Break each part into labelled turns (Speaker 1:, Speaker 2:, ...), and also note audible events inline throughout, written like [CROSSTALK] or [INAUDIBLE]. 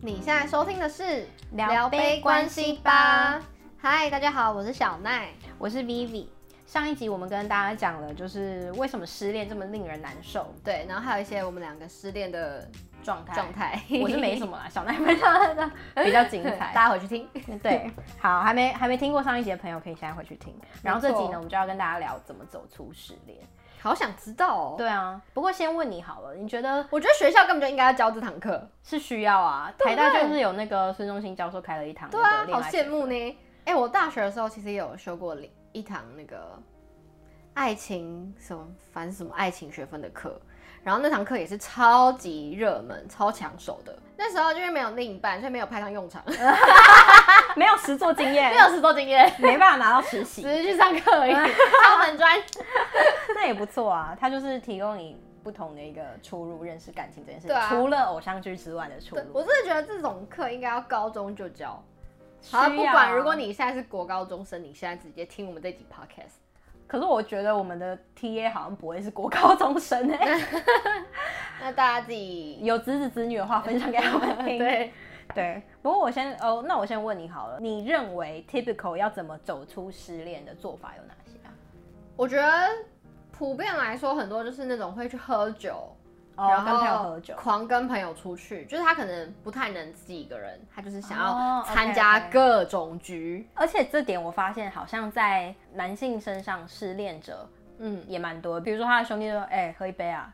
Speaker 1: 你现在收听的是
Speaker 2: 聊杯关系吧。
Speaker 1: 嗨，大家好，我是小奈。
Speaker 2: 我是 Vivi。上一集我们跟大家讲了，就是为什么失恋这么令人难受
Speaker 1: 对，然后还有一些我们两个失恋的
Speaker 2: 状态。
Speaker 1: 状态，
Speaker 2: [LAUGHS] 我是没什么啦，小奈分享的比较精彩。
Speaker 1: [LAUGHS] 大家回去听。
Speaker 2: 对，好，还没还没听过上一集的朋友，可以现在回去听。然后这集
Speaker 1: 没
Speaker 2: 呢，
Speaker 1: 错
Speaker 2: 我们就要跟大家聊怎么走出失恋。
Speaker 1: 好想知道哦。，
Speaker 2: 对啊，不过先问你好了，你觉得
Speaker 1: 我觉得学校根本就应该要教这堂课。
Speaker 2: 是需要啊？
Speaker 1: 对
Speaker 2: 台
Speaker 1: 不
Speaker 2: 大
Speaker 1: 对
Speaker 2: 就是有那个孙中兴教授开了一堂那
Speaker 1: 对啊
Speaker 2: 个，恋
Speaker 1: 好
Speaker 2: 爱学
Speaker 1: 羡慕
Speaker 2: 分
Speaker 1: 呢。哎、我大学的时候其实也有修过一堂那个爱情什么，反正什么爱情学分的课。然后那堂课也是超级热门、超抢手的。那时候因为没有另一半，所以没有派上用场， [LAUGHS]
Speaker 2: 没有实作经验
Speaker 1: 没，有实作经验，
Speaker 2: 没办法拿到实
Speaker 1: 只
Speaker 2: 习，
Speaker 1: 是去上课 [LAUGHS] 而已，敲门砖。
Speaker 2: 那也不错啊。它就是提供你不同的一个出路，认识感情这件事
Speaker 1: 对
Speaker 2: 情，
Speaker 1: 啊
Speaker 2: 除了偶像剧之外的出
Speaker 1: [LAUGHS] 对，
Speaker 2: 路
Speaker 1: 我。真的觉得这种课应该要高中就教。
Speaker 2: 需
Speaker 1: 好啊，
Speaker 2: 要
Speaker 1: 不管如果，你现在是国高中生，你现在直接听我们这集 podcast。
Speaker 2: 可是我觉得我们的 T A 好像不会是国高中生
Speaker 1: 嗯
Speaker 2: 哎、
Speaker 1: 那大家自己
Speaker 2: 有侄子侄女的话分享给他们
Speaker 1: [LAUGHS]
Speaker 2: 听。
Speaker 1: 对，
Speaker 2: 对，不过我先哦，那我先问你好了，你认为 typical 要怎么走出失恋的做法有哪些啊？
Speaker 1: 我觉得普遍来说，很多就是那种会去喝酒，
Speaker 2: 哦，
Speaker 1: 然
Speaker 2: 跟
Speaker 1: 后
Speaker 2: 朋友喝酒，
Speaker 1: 狂跟朋友出去，就是他可能不太能自己一个人，他就是想
Speaker 2: 哦
Speaker 1: 要
Speaker 2: ，OK，OK
Speaker 1: 参加各种局。
Speaker 2: 而且这点我发现好像在男性身上失恋者
Speaker 1: 嗯，
Speaker 2: 也蛮多的，比如说他的兄弟说，哎、喝一杯啊，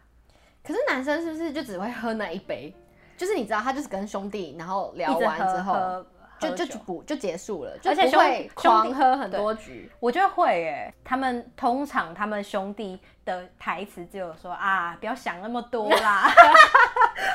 Speaker 1: 可是男生是不是就只会喝那一杯？就是你知道，他就是跟兄弟，然后聊
Speaker 2: 一直
Speaker 1: 完
Speaker 2: 喝
Speaker 1: 之后，
Speaker 2: 喝
Speaker 1: 就
Speaker 2: 喝
Speaker 1: 就
Speaker 2: 酒
Speaker 1: 就不就结束了，就
Speaker 2: 而且
Speaker 1: 不
Speaker 2: 兄
Speaker 1: 会
Speaker 2: 兄弟
Speaker 1: 狂喝很多局。
Speaker 2: 我觉得会诶、他们通常他们兄弟的台词只有说啊，不要想那么多
Speaker 1: [LAUGHS]
Speaker 2: 啦，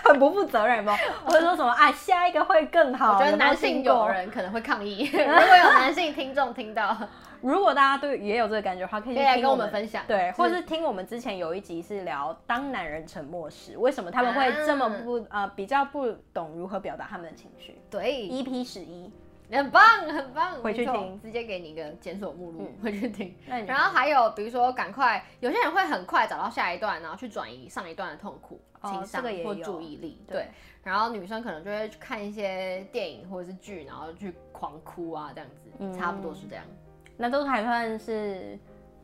Speaker 2: 很不负责任吧，或者说什么啊，下一个会更好。
Speaker 1: 我觉得
Speaker 2: 有没有
Speaker 1: 男性
Speaker 2: 听过
Speaker 1: 友，人可能会抗
Speaker 2: [LAUGHS]
Speaker 1: 议，如果有男性听众听到，
Speaker 2: 如果大家对也有这个感觉的话，可以
Speaker 1: 可以
Speaker 2: 去
Speaker 1: 来
Speaker 2: 听
Speaker 1: 跟
Speaker 2: 我
Speaker 1: 我们分享。
Speaker 2: 对，或是听我们之前有一集是聊当男人沉默时，为什么他们会这么不、
Speaker 1: 啊
Speaker 2: 呃比较不懂如何表达他们的情绪
Speaker 1: 对，
Speaker 2: ？EP 十一，
Speaker 1: 很棒很棒，
Speaker 2: 回
Speaker 1: 没
Speaker 2: 去
Speaker 1: 错
Speaker 2: 听嗯
Speaker 1: 直接给你一个检索目录，回去
Speaker 2: [LAUGHS]
Speaker 1: 听。
Speaker 2: 那你
Speaker 1: 然后还有比如说，赶快，有些人会很快找到下一段，然后去转移上一段的痛苦、
Speaker 2: 哦
Speaker 1: 情商
Speaker 2: 这个也有
Speaker 1: 或注意力。
Speaker 2: 对
Speaker 1: 对，然后女生可能就会去看一些电影或者是剧，然后去狂哭啊，这样
Speaker 2: 嗯
Speaker 1: 子，差不多是这样。
Speaker 2: 那都还算是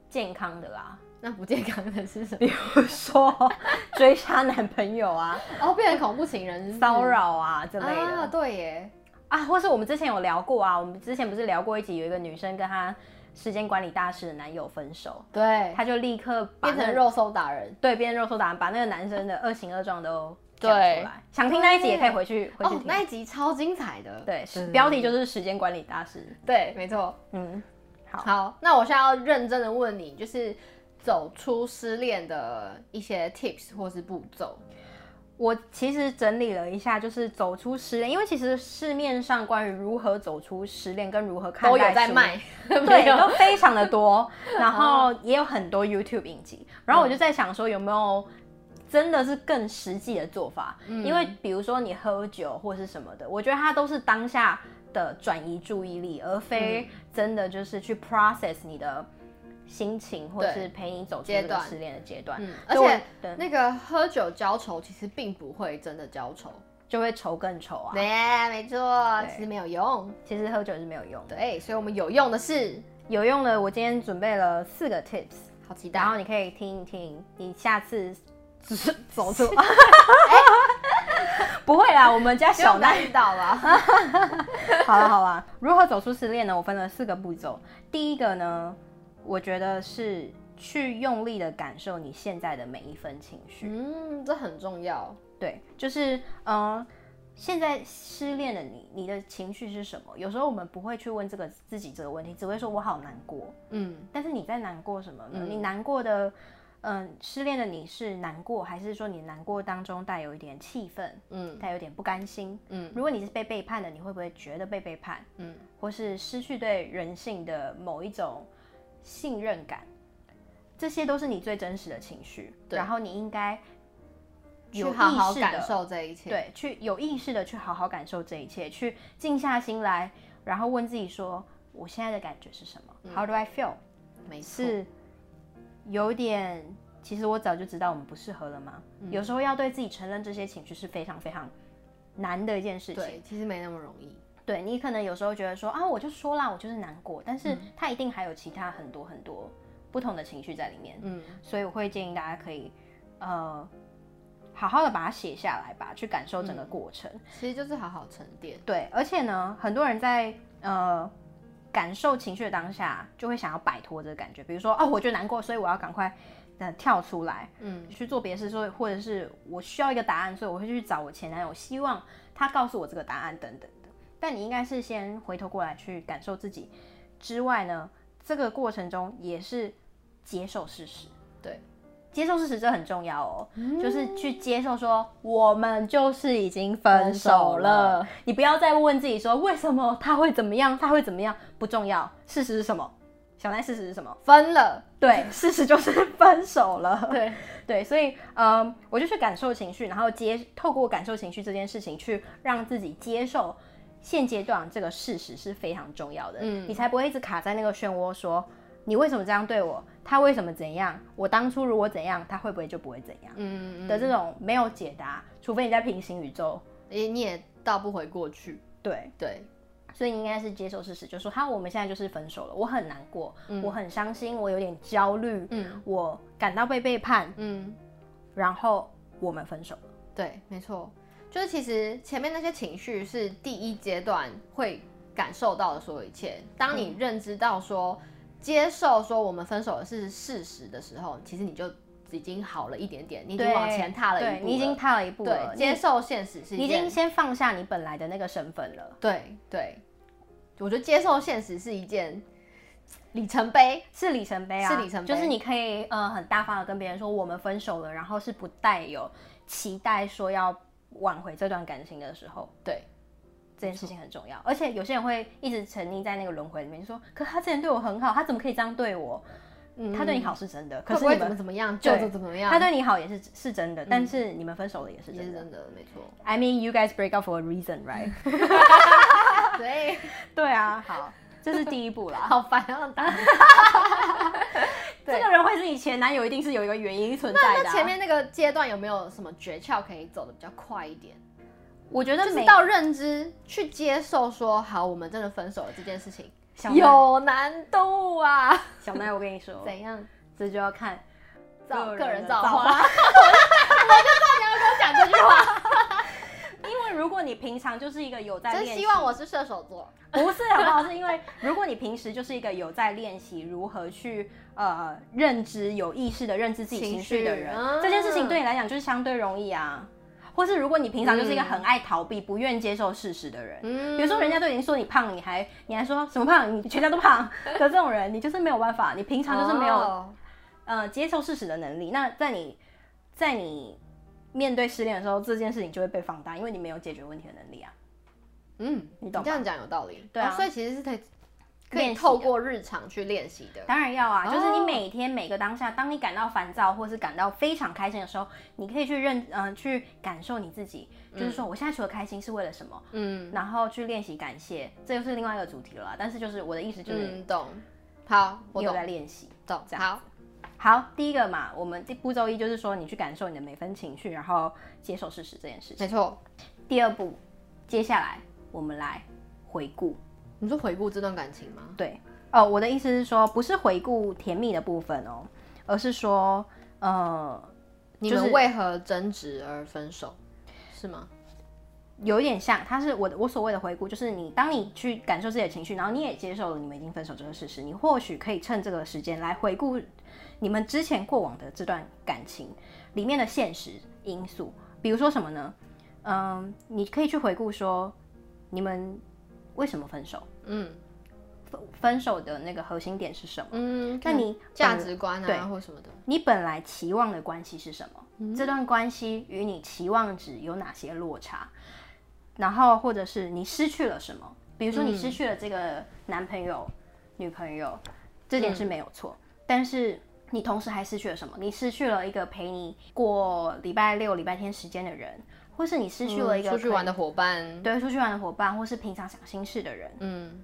Speaker 2: 健康的啦。
Speaker 1: 那不健康的是什
Speaker 2: 比
Speaker 1: 么？
Speaker 2: 如 [LAUGHS] 说追杀男朋友啊、
Speaker 1: 哦，变成恐怖情人是不是
Speaker 2: 骚扰啊之类
Speaker 1: 啊，
Speaker 2: 的
Speaker 1: 对耶，
Speaker 2: 啊，或是我们之前有聊过啊，我们之前不是聊过一集，有一个女生跟她时间管理大师的男友分手，
Speaker 1: 对，
Speaker 2: 她就立刻把
Speaker 1: 变
Speaker 2: 那
Speaker 1: 成
Speaker 2: 个
Speaker 1: 肉搜打人。
Speaker 2: 对变成肉搜打，把那个男生的恶行恶状都讲出
Speaker 1: 对
Speaker 2: 来。想听那一集也可以回去回
Speaker 1: 哦，
Speaker 2: 去听。
Speaker 1: 那一集超精彩的。
Speaker 2: 对，是标题就是时间管理大师。
Speaker 1: 对，没错。
Speaker 2: 嗯，好
Speaker 1: 好，那我现在要认真的问你，就是走出失恋的一些 tips 或是步骤。
Speaker 2: 我其实整理了一下，就是走出失恋，因为其实市面上关于如何走出失恋跟如何看
Speaker 1: 都
Speaker 2: 待
Speaker 1: 有在
Speaker 2: 失
Speaker 1: 卖， [LAUGHS] 没
Speaker 2: 对，
Speaker 1: 有哦
Speaker 2: 都非常的多，
Speaker 1: [LAUGHS]
Speaker 2: 然后也有很多 YouTube 影集，
Speaker 1: 嗯
Speaker 2: 然后我就在想说有没有真的是更实际的做法，
Speaker 1: 嗯
Speaker 2: 因为比如说你喝酒或是什么的，我觉得它都是当下的转移注意力，而非
Speaker 1: 嗯
Speaker 2: 真的就是去 process 你的心情，或
Speaker 1: 对
Speaker 2: 是陪你走出
Speaker 1: 阶
Speaker 2: 这个
Speaker 1: 段
Speaker 2: 失恋的阶段，
Speaker 1: 嗯，而
Speaker 2: 所以我
Speaker 1: 且
Speaker 2: 对
Speaker 1: 那个喝酒浇愁，其实并不会真的浇愁。
Speaker 2: 就会愁更愁啊。
Speaker 1: 没、没错，
Speaker 2: 对
Speaker 1: 其实没有用。
Speaker 2: 其实喝酒是没有用的，
Speaker 1: 对，所以我们有用的是，
Speaker 2: 有用的我今天准备了四个 tips，
Speaker 1: 好期待
Speaker 2: 然。后你可以听一听，你下 [LAUGHS] 次只是走出。哎不会啦，我们家小
Speaker 1: 难
Speaker 2: 奈。
Speaker 1: 遇到
Speaker 2: [LAUGHS]
Speaker 1: 吧？
Speaker 2: 好了好了，如何走出失恋呢？我分了四个步骤。第一个呢，我觉得是去用力的感受你现在的每一分情绪。
Speaker 1: 嗯，这很重要。
Speaker 2: 对，就是嗯、呃现在失恋的你，你的情绪是什么？有时候我们不会去问这个自己这个问题，只会说我好难过。
Speaker 1: 嗯，
Speaker 2: 但是你在难过什么呢？
Speaker 1: 嗯
Speaker 2: 你难过的，嗯、失恋的你是难过，还是说你难过当中带有一点气愤，
Speaker 1: 嗯
Speaker 2: 带有点不甘心？
Speaker 1: 嗯
Speaker 2: 如果你是被背叛的，你会不会觉得被背叛，
Speaker 1: 嗯，
Speaker 2: 或是失去对人性的某一种信任感？这些都是你最真实的情绪，
Speaker 1: 对
Speaker 2: 然后你应该
Speaker 1: 去
Speaker 2: 有意
Speaker 1: 好好
Speaker 2: 识
Speaker 1: 感
Speaker 2: 的，
Speaker 1: 受这一切。，
Speaker 2: 对，去有意识的去好好感受这一切，去静下心来，然后问自己说，我现在的感觉是什么、h
Speaker 1: 嗯
Speaker 2: o w do I feel？
Speaker 1: 没错。
Speaker 2: 是有点，嗯其实我早就知道我们不适合了吗？有时候要对自己承认这些情绪是非常非常难的一件事情。
Speaker 1: 对，其实没那么容易。
Speaker 2: 对你可能有时候觉得说啊，我就说啦，我就是难过，但是它一定还有其他很多很多不同的情绪在里面，
Speaker 1: 嗯，
Speaker 2: 所以我会建议大家可以呃好好的把它写下来吧，去感受整个过程。
Speaker 1: 其实就是好好沉淀。
Speaker 2: 对，而且呢，很多人在呃感受情绪的当下，就会想要摆脱这个感觉，比如说啊，我就难过，所以我要赶快呃跳出来，
Speaker 1: 嗯，
Speaker 2: 去做别的事，所以或者是我需要一个答案，所以我会去找我前男友，希望他告诉我这个答案等等的。但你应该是先回头过来去感受自己之外呢，这个过程中也是接受事实，
Speaker 1: 对，
Speaker 2: 接受事实这很重要哦，就是去接受说我们就是已经分手
Speaker 1: 分手
Speaker 2: 了
Speaker 1: 了，
Speaker 2: 你不要再问自己说为什么他会怎么样，他会怎么样，不重要，事实是什么？小奈事实是什么？
Speaker 1: 分了，
Speaker 2: 对，事实就是分手了。
Speaker 1: 对，
Speaker 2: [LAUGHS] 对，所以呃，我就去感受情绪，然后接透过感受情绪这件事情，去让自己接受现阶段这个事实是非常重要的。
Speaker 1: 嗯
Speaker 2: 你才不会一直卡在那个漩涡说你为什么这样对我，他为什么怎样，我当初如果怎样，他会不会就不会怎样、
Speaker 1: 嗯，
Speaker 2: 的这种没有解答，除非你在平行宇宙。
Speaker 1: 你你也倒不回过去，
Speaker 2: 对，
Speaker 1: 对，
Speaker 2: 所以你应该是接受事实，就说哈，我们现在就是分手了，我很难过，我很伤心，我有点焦虑，
Speaker 1: 嗯
Speaker 2: 我感到被背叛，
Speaker 1: 嗯，
Speaker 2: 然后我们分手了。
Speaker 1: 对，没错，就是其实前面那些情绪是第一阶段会感受到的所有一切。当你认知到说、接受说我们分手的是事实的时候，其实你就已经好了一点点，你已经往前踏了一
Speaker 2: 对
Speaker 1: 步
Speaker 2: 你已经踏了一步了，
Speaker 1: 对接受现实是
Speaker 2: 你
Speaker 1: 一
Speaker 2: 已经
Speaker 1: 件，
Speaker 2: 先放下你本来的那个身份了。
Speaker 1: 对对，我觉得接受现实是一件里程碑。
Speaker 2: 是里程碑啊，
Speaker 1: 是里程碑
Speaker 2: 就是你可以呃很大方的跟别人说我们分手了，然后是不带有期待说要挽回这段感情的时候，
Speaker 1: 对，
Speaker 2: 这件事情很重要。而且有些人会一直沉溺在那个轮回里面，就说可他之前对我很好，他怎么可以这样对我？
Speaker 1: 嗯
Speaker 2: 他对你好是真的，可
Speaker 1: 会
Speaker 2: 是
Speaker 1: 不
Speaker 2: 你
Speaker 1: 会怎么
Speaker 2: 们
Speaker 1: 怎么样，就
Speaker 2: 对
Speaker 1: 怎么怎么样，嗯
Speaker 2: 他对你好也是是真的，但是你们分手了也是
Speaker 1: 也
Speaker 2: 真
Speaker 1: 是
Speaker 2: 的。
Speaker 1: 真的没错。
Speaker 2: I mean you guys break up for a reason, right？
Speaker 1: 对，
Speaker 2: [LAUGHS] 对啊，好，这是第一 [LAUGHS] 步啦。
Speaker 1: 好烦啊！打
Speaker 2: 这个人会是你前男友，一定是有一个原因存在的、啊
Speaker 1: 那前，面那个阶段有没有什么诀窍可以走的比较快一点？
Speaker 2: 我觉得
Speaker 1: 就是
Speaker 2: 每
Speaker 1: 到认知去接受说好，我们真的分手了这件事情，
Speaker 2: 小奈
Speaker 1: 有难度啊。
Speaker 2: 小奈，我跟你 [LAUGHS] 说，
Speaker 1: 怎样？
Speaker 2: 这就要看
Speaker 1: 造
Speaker 2: 个
Speaker 1: 个
Speaker 2: 人
Speaker 1: 人
Speaker 2: 的
Speaker 1: 造
Speaker 2: 造
Speaker 1: 化。我
Speaker 2: 化 [LAUGHS]
Speaker 1: 就知道你要跟我讲这句话，
Speaker 2: 因为如果你平常就是一个有在
Speaker 1: 真
Speaker 2: 练习，
Speaker 1: 希望我是射手座。
Speaker 2: [LAUGHS] 不是好不好？是因为如果你平时就是一个有在练习如何去呃认知、有意识的认知自己
Speaker 1: 情
Speaker 2: 情绪的啊
Speaker 1: 绪
Speaker 2: 人，
Speaker 1: 嗯
Speaker 2: 这件事情对你来讲就是相对容易啊。或是如果你平常就是一个
Speaker 1: 嗯
Speaker 2: 很爱逃避、不愿接受事实的人，
Speaker 1: 嗯
Speaker 2: 比如说人家都已经说你胖，你还你还说什么胖，你全家都胖 [LAUGHS] 的这种人，你就是没有办法，你平常就是没有、
Speaker 1: 哦
Speaker 2: 呃接受事实的能力。那在你在你面对失恋的时候，这件事情就会被放大，因为你没有解决问题的能力啊。
Speaker 1: 嗯，
Speaker 2: 你懂吧
Speaker 1: 这样讲有道理。
Speaker 2: 对啊
Speaker 1: 哦所以其实是可以可
Speaker 2: 练习
Speaker 1: 以
Speaker 2: 的
Speaker 1: 透过日常去练习的。
Speaker 2: 当然要啊，
Speaker 1: 哦
Speaker 2: 就是你每天每个当下，当你感到烦躁或是感到非常开心的时候，你可以去认嗯、去感受你自己，就是说我现在除了开心是为了什么，
Speaker 1: 嗯
Speaker 2: 然后去练习感谢，这又是另外一个主题了啦。但是就是我的意思就是，
Speaker 1: 嗯，懂。好，我
Speaker 2: 你有
Speaker 1: 懂
Speaker 2: 在练习。
Speaker 1: 懂。
Speaker 2: 这样
Speaker 1: 好，
Speaker 2: 好，第一个嘛，我们第步骤一就是说你去感受你的每分情绪，然后接受事实这件事情。
Speaker 1: 没错。
Speaker 2: 第二步，接下来我们来回顾。
Speaker 1: 你说回顾这段感情吗？
Speaker 2: 对，哦，我的意思是说，不是回顾甜蜜的部分哦，而是说，呃，
Speaker 1: 你
Speaker 2: 就是
Speaker 1: 们为何争执而分手？是吗？
Speaker 2: 有一点像，它是我的我所谓的回顾，就是你当你去感受自己的情绪，然后你也接受了你们已经分手这个事实，你或许可以趁这个时间来回顾你们之前过往的这段感情里面的现实因素，比如说什么呢？嗯，你可以去回顾说你们为什么分手，
Speaker 1: 嗯
Speaker 2: 分分手的那个核心点是什么。
Speaker 1: 嗯，
Speaker 2: 那你
Speaker 1: 价值观
Speaker 2: 对
Speaker 1: 啊，或什么的，
Speaker 2: 你本来期望的关系是什么？
Speaker 1: 嗯
Speaker 2: 这段关系与你期望值有哪些落差？然后或者是你失去了什么？比如说
Speaker 1: 嗯
Speaker 2: 你失去了这个男朋友、女朋友，这点是没有错，
Speaker 1: 嗯
Speaker 2: 但是。你同时还失去了什么？你失去了一个陪你过礼拜六、礼拜天时间的人，或是你失去了一个
Speaker 1: 嗯出去
Speaker 2: 可以
Speaker 1: 玩的伙伴，
Speaker 2: 对出去玩的伙伴，或是平常想心事的人，
Speaker 1: 嗯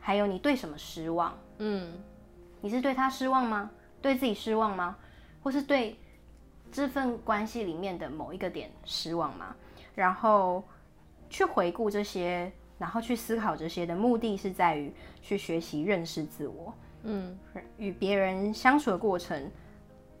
Speaker 2: 还有你对什么失望？
Speaker 1: 嗯
Speaker 2: 你是对他失望吗？对自己失望吗？或是对这份关系里面的某一个点失望吗？然后去回顾这些，然后去思考这些的目的是在于去学习认识自我，
Speaker 1: 嗯，
Speaker 2: 与别人相处的过程，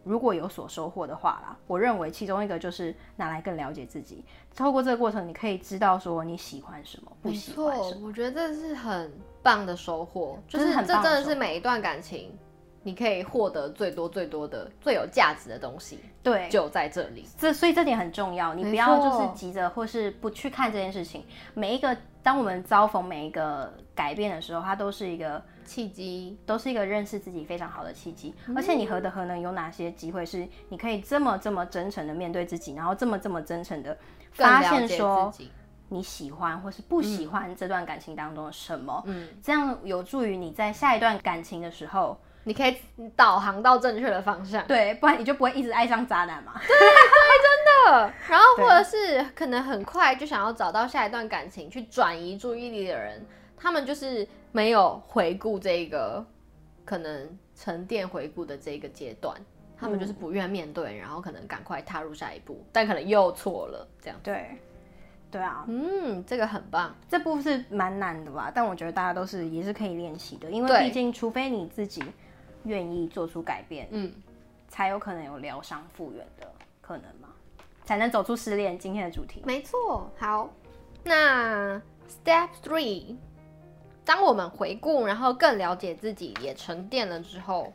Speaker 2: 如果有所收获的话啦，我认为其中一个就是拿来更了解自己。透过这个过程，你可以知道说你喜欢什么，不
Speaker 1: 没
Speaker 2: 喜欢
Speaker 1: 错
Speaker 2: 什么。，
Speaker 1: 我觉得这是很棒的收获，就
Speaker 2: 这
Speaker 1: 是
Speaker 2: 是很
Speaker 1: 这
Speaker 2: 棒
Speaker 1: 真
Speaker 2: 的
Speaker 1: 的
Speaker 2: 收
Speaker 1: 是每一段感情你可以获得最多最多的最有价值的东西，
Speaker 2: 对，
Speaker 1: 就在这里。
Speaker 2: 这所以这点很重要，你
Speaker 1: 没
Speaker 2: 不要就
Speaker 1: 错
Speaker 2: 是急着或是不去看这件事情。每一个当我们遭逢每一个改变的时候，它都是一个
Speaker 1: 契机，
Speaker 2: 都是一个认识自己非常好的契机。
Speaker 1: 嗯
Speaker 2: 而且你何德何能有哪些机会是你可以这么这么真诚的面对自己，然后这么这么真诚的
Speaker 1: 更
Speaker 2: 发
Speaker 1: 了
Speaker 2: 现
Speaker 1: 解
Speaker 2: 说
Speaker 1: 自己。
Speaker 2: 你喜欢或是不喜欢这段感情当中的什么，
Speaker 1: 嗯，
Speaker 2: 这样有助于你在下一段感情的时候，
Speaker 1: 你可以导航到正确的方向。
Speaker 2: 对，不然你就不会一直爱上渣男嘛。
Speaker 1: 的，然后
Speaker 2: 对
Speaker 1: 或者是可能很快就想要找到下一段感情去转移注意力的人，他们就是没有回顾这个可能沉淀回顾的这个阶段，他们就是不愿面对，然后可能赶快踏入下一步，但可能又错了，这样。
Speaker 2: 对，对啊，
Speaker 1: 嗯，这个很棒，
Speaker 2: 这部是蛮难的吧，但我觉得大家都是也是可以练习的，因为
Speaker 1: 对
Speaker 2: 毕竟除非你自己愿意做出改变，
Speaker 1: 嗯，
Speaker 2: 才有可能有疗伤复原的可能嘛，才能走出失恋。今天的主题，
Speaker 1: 没错。好，那 Step Three，当我们回顾，然后更了解自己，也沉淀了之后，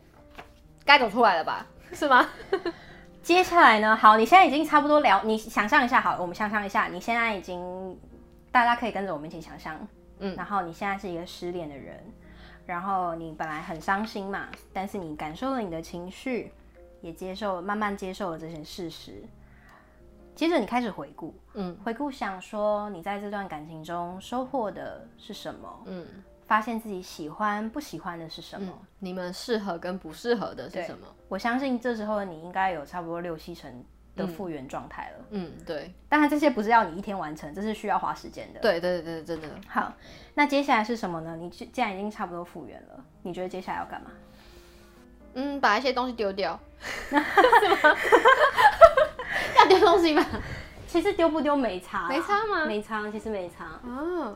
Speaker 1: 该走出来了吧？是吗？
Speaker 2: 接下来呢，好，你现在已经差不多了，你想象一下，好了，我们想象一下，你现在已经，大家可以跟着我们一起想象，
Speaker 1: 嗯
Speaker 2: 然后你现在是一个失恋的人，然后你本来很伤心嘛，但是你感受了你的情绪，也接受慢慢接受了这些事实，接着你开始回顾，
Speaker 1: 嗯
Speaker 2: 回顾想说你在这段感情中收获的是什么，
Speaker 1: 嗯。
Speaker 2: 发现自己喜欢不喜欢的是什么。
Speaker 1: 嗯，你们适合跟不适合的是
Speaker 2: 对
Speaker 1: 什么？
Speaker 2: 我相信这时候你应该有差不多六七成的复原状态了。
Speaker 1: 嗯，对，
Speaker 2: 当然，这些不是要你一天完成，这是需要花时间的。
Speaker 1: 对对对，真的。
Speaker 2: 好，那接下来是什么呢？你既既然已经差不多复原了，你觉得接下来要干嘛？
Speaker 1: 嗯，把一些东西丢 [LAUGHS] 掉，是 [LAUGHS] 吗？要丢东西吗？
Speaker 2: 其实丢不丢没差啦，
Speaker 1: 没差吗
Speaker 2: 没差，其实没差。
Speaker 1: 啊，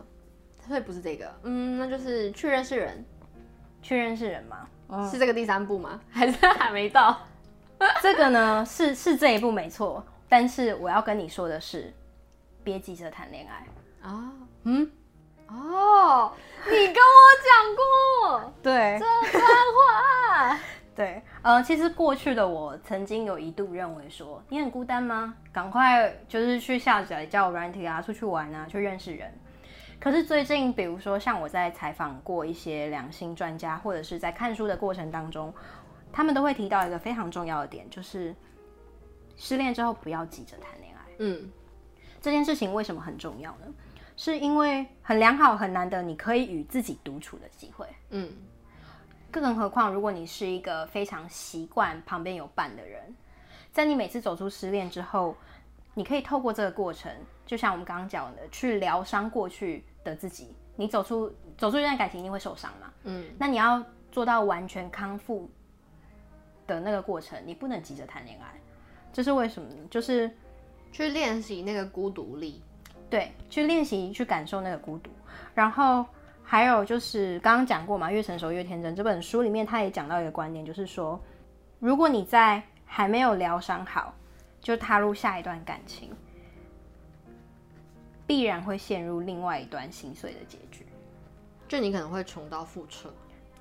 Speaker 1: 所以不是这个，嗯，那就是去认识人，
Speaker 2: 去认识人嘛，
Speaker 1: 是这个第三步吗？哦还是还没到？
Speaker 2: 这个呢是是这一步没错，但是我要跟你说的是，别急着谈恋爱。
Speaker 1: 啊，嗯，哦，你跟我讲过
Speaker 2: 对
Speaker 1: 这段话，
Speaker 2: [LAUGHS] 对，呃，其实过去的我曾经有一度认为说，你很孤单吗？赶快就是去下载交友软体啊，出去玩啊，去认识人。可是最近，比如说像我在采访过一些良心专家，或者是在看书的过程当中，他们都会提到一个非常重要的点，就是失恋之后不要急着谈恋爱。
Speaker 1: 嗯
Speaker 2: 这件事情为什么很重要呢？是因为很良好、很难得你可以与自己独处的机会。
Speaker 1: 嗯，
Speaker 2: 更何况，如果你是一个非常习惯旁边有伴的人，在你每次走出失恋之后，你可以透过这个过程，就像我们刚刚讲的，去疗伤过去的自己。你走出走出一段感情，一定会受伤嘛？
Speaker 1: 嗯，
Speaker 2: 那你要做到完全康复的那个过程，你不能急着谈恋爱。这是为什么呢？就是
Speaker 1: 去练习那个孤独力，
Speaker 2: 对，去练习去感受那个孤独。然后还有就是刚刚讲过嘛，《越成熟越天真》这本书里面，他也讲到一个观点，就是说，如果你在还没有疗伤好，就踏入下一段感情，必然会陷入另外一段心碎的结局。
Speaker 1: 就你可能会重蹈覆辙。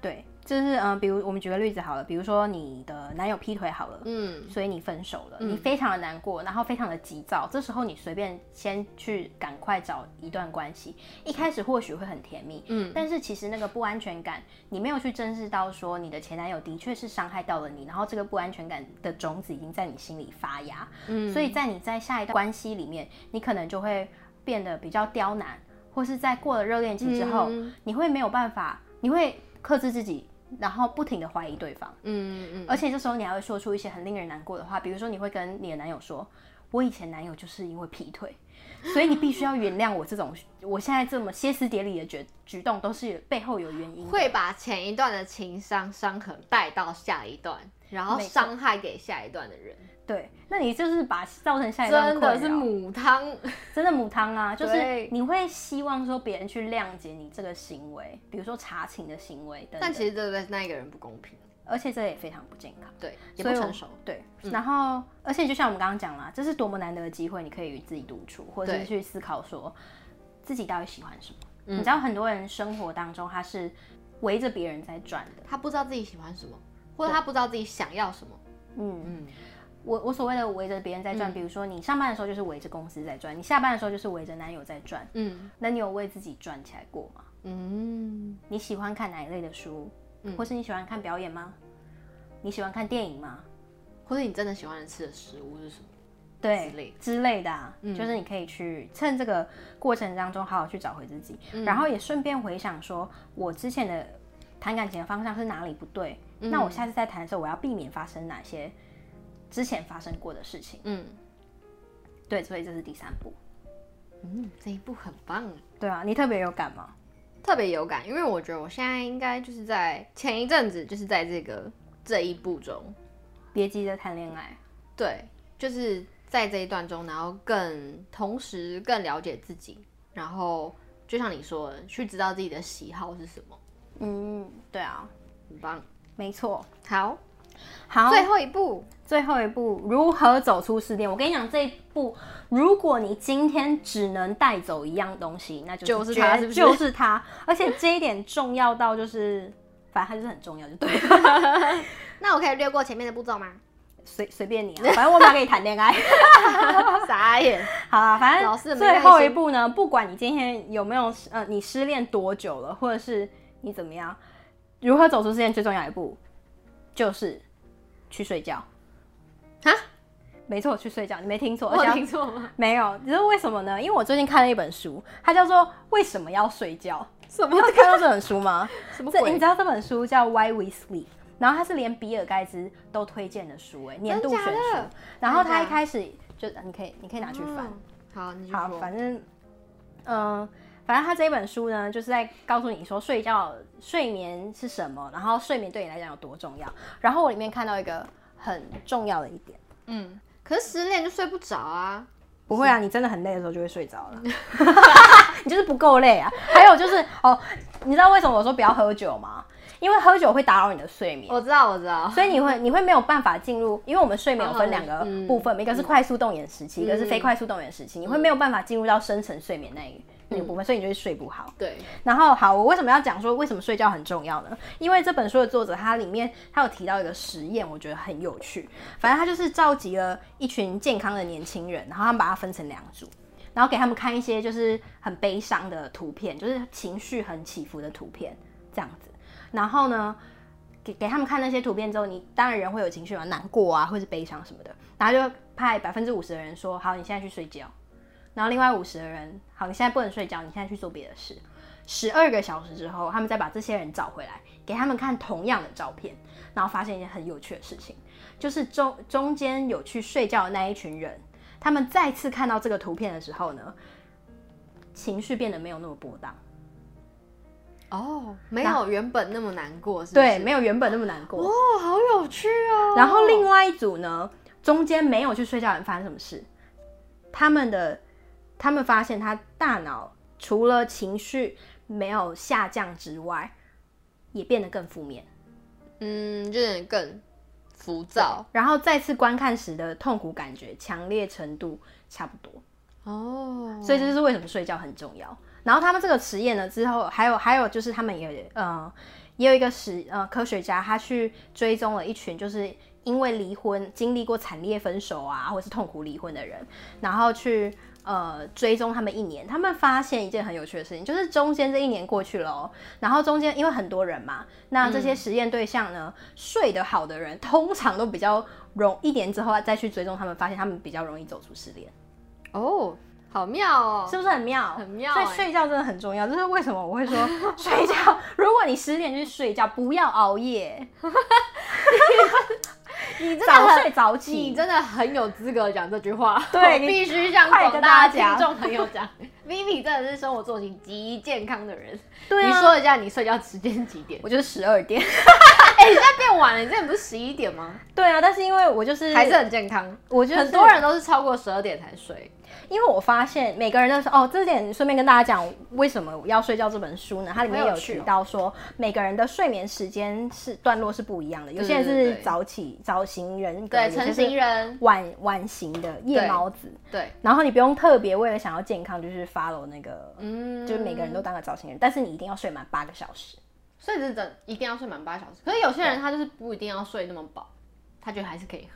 Speaker 2: 对，就是嗯、呃比如我们举个例子好了，比如说你的男友劈腿好了，
Speaker 1: 嗯，
Speaker 2: 所以你分手了，你非常的难过，然后非常的急躁。这时候你随便先去赶快找一段关系，一开始或许会很甜蜜，嗯，但是其实那个不安全感，你没有去正视到说你的前男友的确是伤害到了你，然后这个不安全感的种子已经在你心里发芽，嗯，所以在你在下一段关系里面，你可能就会变得比较刁难，或是在过了热恋期之后，
Speaker 1: 嗯
Speaker 2: 你会没有办法，你会克制自己，然后不停的怀疑对方。
Speaker 1: 嗯嗯
Speaker 2: 而且这时候你还会说出一些很令人难过的话，比如说你会跟你的男友说：“我以前男友就是因为劈腿，所以你必须要原谅我这种我现在这么歇斯底里的举举动，都是背后有原因的。”
Speaker 1: 会把前一段的情伤伤痕带到下一段，然后
Speaker 2: 没错
Speaker 1: 伤害给下一段的人。
Speaker 2: 对，啊那你就是把造成下一段
Speaker 1: 真
Speaker 2: 困
Speaker 1: 的
Speaker 2: 扰
Speaker 1: 是母汤， [LAUGHS]
Speaker 2: 真的母汤啊，就是
Speaker 1: 对
Speaker 2: 你会希望说别人去谅解你这个行为，比如说查寝的行为等等，
Speaker 1: 但其实这对那一个人不公平，
Speaker 2: 而且这也非常不健康，
Speaker 1: 对，嗯也
Speaker 2: 所
Speaker 1: 不
Speaker 2: 以我
Speaker 1: 成熟。
Speaker 2: 对，然后而且就像我们刚刚讲啦，这是多么难得的机会，你可以与自己独处，或者是
Speaker 1: 对嗯
Speaker 2: 去思考说自己到底喜欢什么。你知道很多人生活当中他是围着别人在转的，
Speaker 1: 他不知道自己喜欢什么，或者他不知道自己想要什么。
Speaker 2: 嗯。
Speaker 1: 嗯，
Speaker 2: 我我所谓的围着别人在转，比如说你上班的时候就是围着公司在转，你下班的时候就是围着男友在转。
Speaker 1: 嗯
Speaker 2: 那你有为自己转起来过吗？
Speaker 1: 嗯，
Speaker 2: 你喜欢看哪一类的书？或是你喜欢看表演吗？你喜欢看电影吗？
Speaker 1: 或者你真的喜欢吃的食物是什么？
Speaker 2: 对
Speaker 1: 之类的
Speaker 2: 之类的、啊，就是你可以去趁这个过程当中好好去找回自己，然后也顺便回想说，我之前的谈感情的方向是哪里不对，那我下次再谈的时候，我要避免发生哪些之前发生过的事情。
Speaker 1: 嗯
Speaker 2: 对，所以这是第三步。
Speaker 1: 嗯，这一步很棒，
Speaker 2: 对啊，你特别有感吗？
Speaker 1: 特别有感，因为我觉得我现在应该就是在前一阵子，就是在这个这一步中，
Speaker 2: 别急着谈恋爱，
Speaker 1: 对，就是在这一段中，然后更同时更了解自己，然后就像你说的，去知道自己的喜好是什么，
Speaker 2: 嗯，对啊，
Speaker 1: 很棒。
Speaker 2: 没错。
Speaker 1: 好，
Speaker 2: 好，
Speaker 1: 最后一步，
Speaker 2: 最后一步如何走出失恋？我跟你讲，这一步，如果你今天只能带走一样东西，那就
Speaker 1: 就是
Speaker 2: 绝
Speaker 1: 它是不是
Speaker 2: 就是它。而且这一点重要到就是，反正它就是很重要，就对了，
Speaker 1: 那我可以略过前面的步骤吗？
Speaker 2: 随随便你
Speaker 1: [LAUGHS]
Speaker 2: 啊，反正我没有跟你谈恋爱。 [LAUGHS]
Speaker 1: 傻眼。
Speaker 2: 好啦，反
Speaker 1: 老师
Speaker 2: 正
Speaker 1: 没耐
Speaker 2: 最
Speaker 1: 心
Speaker 2: 后一步呢，不管你今天有没有呃，你失恋多久了，或者是你怎么样，如何走出失恋最重要一步就是去睡觉。
Speaker 1: 哈，
Speaker 2: 没错，去睡觉，你没听错，而
Speaker 1: 我
Speaker 2: 且
Speaker 1: 有
Speaker 2: 要
Speaker 1: 听错吗？
Speaker 2: 没有，你知道为什么呢？因为我最近看了一本书，它叫做《为什么要睡觉》。
Speaker 1: 什
Speaker 2: 你有看到这本
Speaker 1: [LAUGHS]
Speaker 2: 书吗？
Speaker 1: 什么
Speaker 2: 这你
Speaker 1: 鬼
Speaker 2: 知？道这本书叫《Why We Sleep》，然后它是连比尔盖茨都推荐的书、哎，年度选
Speaker 1: 真假的
Speaker 2: 书。然后
Speaker 1: 真
Speaker 2: 它
Speaker 1: 的
Speaker 2: 一开始就你可以你可以拿去翻。
Speaker 1: 嗯好，你就
Speaker 2: 好，
Speaker 1: 说。
Speaker 2: 反正嗯、反正它这一本书呢，就是在告诉你说睡觉睡眠是什么，然后睡眠对你来讲有多重要。然后我里面看到一个很重要的一点。
Speaker 1: 嗯，可是失恋就睡不着啊。
Speaker 2: 不会啊，你真的很累的时候就会睡着了，你就是不够累啊。还有就是哦，你知道为什么我说不要喝酒吗？因为喝酒会打扰你的睡眠，
Speaker 1: [LAUGHS] 我知道，我知道。
Speaker 2: 所以你会你会没有办法进入，因为我们睡眠有分
Speaker 1: 嗯
Speaker 2: 两个
Speaker 1: 嗯
Speaker 2: 部分，一个是快速动眼时期，一个是非快速动眼时期，你会没有办法进入到深层睡眠那一那
Speaker 1: 嗯
Speaker 2: 个部分，所以你就会睡不好。
Speaker 1: 对，
Speaker 2: 然后好，我为什么要讲说为什么睡觉很重要呢？因为这本书的作者他里面他有提到一个实验，我觉得很有趣。反正他就是召集了一群健康的年轻人，然后他们把它分成两组，然后给他们看一些就是很悲伤的图片，就是情绪很起伏的图片这样子。然后呢，给给他们看那些图片之后，你当然人会有情绪嘛，难过啊，或是悲伤什么的。然后就派百分之五十的人说：“好，你现在去睡觉。”然后另外五十的人，好，你现在不能睡觉，你现在去做别的事。十二个小时之后，他们再把这些人找回来，给他们看同样的照片，然后发现一件很有趣的事情，就是中中间有去睡觉的那一群人，他们再次看到这个图片的时候呢，情绪变得没有那么波荡，
Speaker 1: 哦，没有原本那么难过，是不
Speaker 2: 对，
Speaker 1: 是？
Speaker 2: 没有原本那么难过。
Speaker 1: 哦，好有趣哦。
Speaker 2: 然后另外一组呢，中间没有去睡觉的人发生什么事？他们的他们发现他大脑除了情绪没有下降之外，也变得更负面。
Speaker 1: 嗯，就有点更浮躁。
Speaker 2: 然后再次观看时的痛苦感觉强烈程度差不多，
Speaker 1: 哦，
Speaker 2: 所以这就是为什么睡觉很重要。然后他们这个实验呢之后，还有还有就是他们也呃也有一个实呃科学家，他去追踪了一群就是因为离婚经历过惨烈分手啊，或是痛苦离婚的人，然后去呃追踪他们一年，他们发现一件很有趣的事情，就是中间这一年过去了哦，然后中间因为很多人嘛，那这些实验对象呢，睡得好的人通常都比较容一年之后再去追踪他们，发现他们比较容易走出失恋，
Speaker 1: 哦，好妙哦，
Speaker 2: 是不是很妙？
Speaker 1: 很妙
Speaker 2: 所
Speaker 1: 欸
Speaker 2: 以睡觉真的很重要，这是为什么我
Speaker 1: [LAUGHS]
Speaker 2: 会说睡觉，如果你失恋就是睡觉，不要熬夜，
Speaker 1: 你真的
Speaker 2: 早
Speaker 1: 很，
Speaker 2: 睡早
Speaker 1: 你
Speaker 2: 起。
Speaker 1: 真的很有资格讲这句话。
Speaker 2: 对
Speaker 1: 我
Speaker 2: 你
Speaker 1: 必须向
Speaker 2: 快
Speaker 1: 广
Speaker 2: 跟
Speaker 1: 大
Speaker 2: 大
Speaker 1: 的
Speaker 2: 家
Speaker 1: [LAUGHS] 听众朋友讲， Vivi 真的是生活作息极健康的人。
Speaker 2: 对
Speaker 1: 你说一下你睡觉时间几点？
Speaker 2: 我就是十二点。
Speaker 1: 哎、你现在变晚了，你之前不是十一点吗？
Speaker 2: 对啊，但是因为我就是
Speaker 1: 还是很健康。
Speaker 2: 我就是
Speaker 1: 很多人都是超过十二点才睡。
Speaker 2: 因为我发现每个人都是哦，这点顺便跟大家讲，为什么要睡觉这本书呢？它里面
Speaker 1: 好有
Speaker 2: 有
Speaker 1: 趣哦
Speaker 2: 提到说，每个人的睡眠时间是段落是不一样的，有些人
Speaker 1: 对对
Speaker 2: 是
Speaker 1: 对
Speaker 2: 早起早型人格，
Speaker 1: 对，
Speaker 2: 有些
Speaker 1: 成
Speaker 2: 是
Speaker 1: 型人，
Speaker 2: 晚晚型的夜猫子。
Speaker 1: 对，
Speaker 2: 然后你不用特别为了想要健康，就是 follow 那个，
Speaker 1: 嗯，
Speaker 2: 就是每个人都当个早型人，但是你一定要睡满八个小时。
Speaker 1: 所以是真一定要睡满八小时。可是有些人他就是不一定要睡那么饱，他觉得还是可以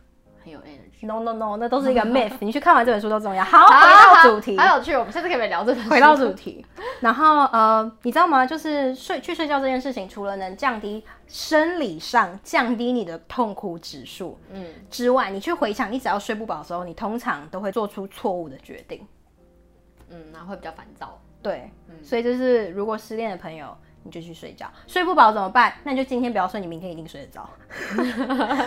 Speaker 1: 很有 energy。
Speaker 2: No no no，那都是一
Speaker 1: [LAUGHS]
Speaker 2: 个 myth。你去看完这本书都重要。好，
Speaker 1: 好
Speaker 2: 回到主题。
Speaker 1: 好有趣。我们下次可以聊这本书。
Speaker 2: 回到主题，然后呃，你知道吗？就是睡去睡觉这件事情，除了能降低生理上降低你的痛苦指数
Speaker 1: 嗯，
Speaker 2: 之外，你去回想，你只要睡不饱的时候，你通常都会做出错误的决定。
Speaker 1: 嗯，然后会比较烦躁。
Speaker 2: 对，所以就是如果失恋的朋友，你就去睡觉，睡不饱怎么办？那你就今天不要睡，你明天一定睡得着。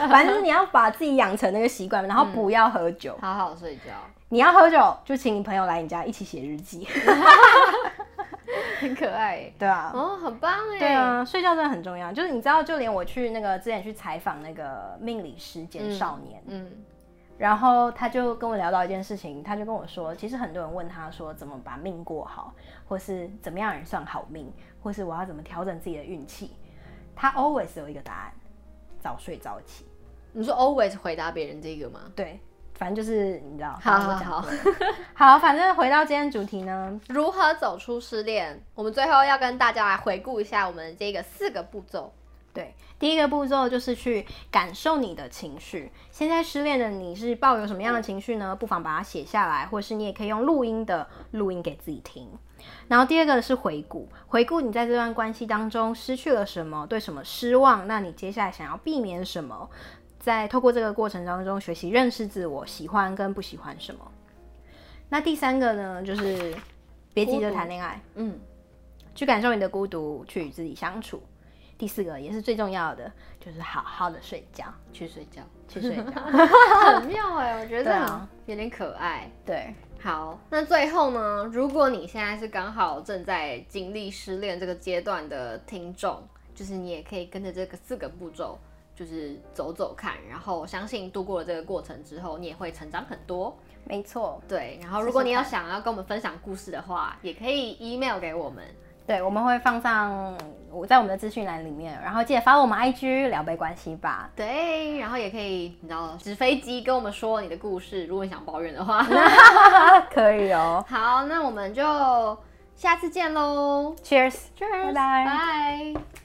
Speaker 2: 反正就是你要把自己养成那个习惯，然后不要喝酒。
Speaker 1: 好好睡觉， [LAUGHS]
Speaker 2: 你要喝酒，就请你朋友来你家一起写日记。
Speaker 1: 很可爱耶。
Speaker 2: 对啊，
Speaker 1: 哦，很棒哎。
Speaker 2: 对，啊，睡觉真的很重要。就是你知道，就连我去那个之前去采访那个命理师简少年，
Speaker 1: 嗯，
Speaker 2: 然后他就跟我聊到一件事情，他就跟我说，其实很多人问他说怎么把命过好，或是怎么样人算好命，或是我要怎么调整自己的运气，他 always 有一个答案：早睡早起。
Speaker 1: 你说 always 回答别人这个吗？
Speaker 2: 对，反正就是你知道，
Speaker 1: 好好好
Speaker 2: 好，好，反正回到今天主题呢，
Speaker 1: 如何走出失恋？我们最后要跟大家来回顾一下我们这个四个步骤。
Speaker 2: 对，第一个步骤就是去感受你的情绪。现在失恋的你是抱有什么样的情绪
Speaker 1: 嗯
Speaker 2: 呢？不妨把它写下来，或是你也可以用录音的录音给自己听。然后第二个是回顾，回顾你在这段关系当中失去了什么，对什么失望，那你接下来想要避免什么？在透过这个过程当中学习认识自我，喜欢跟不喜欢什么。那第三个呢，就是别急着
Speaker 1: 孤独
Speaker 2: 谈恋爱，
Speaker 1: 嗯，
Speaker 2: 去感受你的孤独，去与自己相处。第四个也是最重要的，就是好好的睡觉，
Speaker 1: 去睡觉，
Speaker 2: 去睡觉。 [LAUGHS]
Speaker 1: 很妙哎、我觉
Speaker 2: 对
Speaker 1: 得
Speaker 2: 啊
Speaker 1: 很有点可爱。
Speaker 2: 对，
Speaker 1: 好，那最后呢？如果你现在是刚好正在经历失恋这个阶段的听众，就是你也可以跟着这个四个步骤，就是走走看，然后相信度过了这个过程之后，你也会成长很多。
Speaker 2: 没错，
Speaker 1: 对，然后如果你
Speaker 2: 试试
Speaker 1: 有
Speaker 2: 看
Speaker 1: 想要跟我们分享故事的话，也可以 email 给我们。
Speaker 2: 对，我们会放上我在我们的资讯栏里面，然后记得发我们 IG 聊杯关系吧。 [LAUGHS]
Speaker 1: 对，然后也可以，你知道，纸飞机跟我们说你的故事，如果你想抱怨的
Speaker 2: [LAUGHS]
Speaker 1: 话。
Speaker 2: 可以哦
Speaker 1: 好，那我们就下次见喽
Speaker 2: ，Cheers，
Speaker 1: ，Cheers，
Speaker 2: 拜拜
Speaker 1: 拜。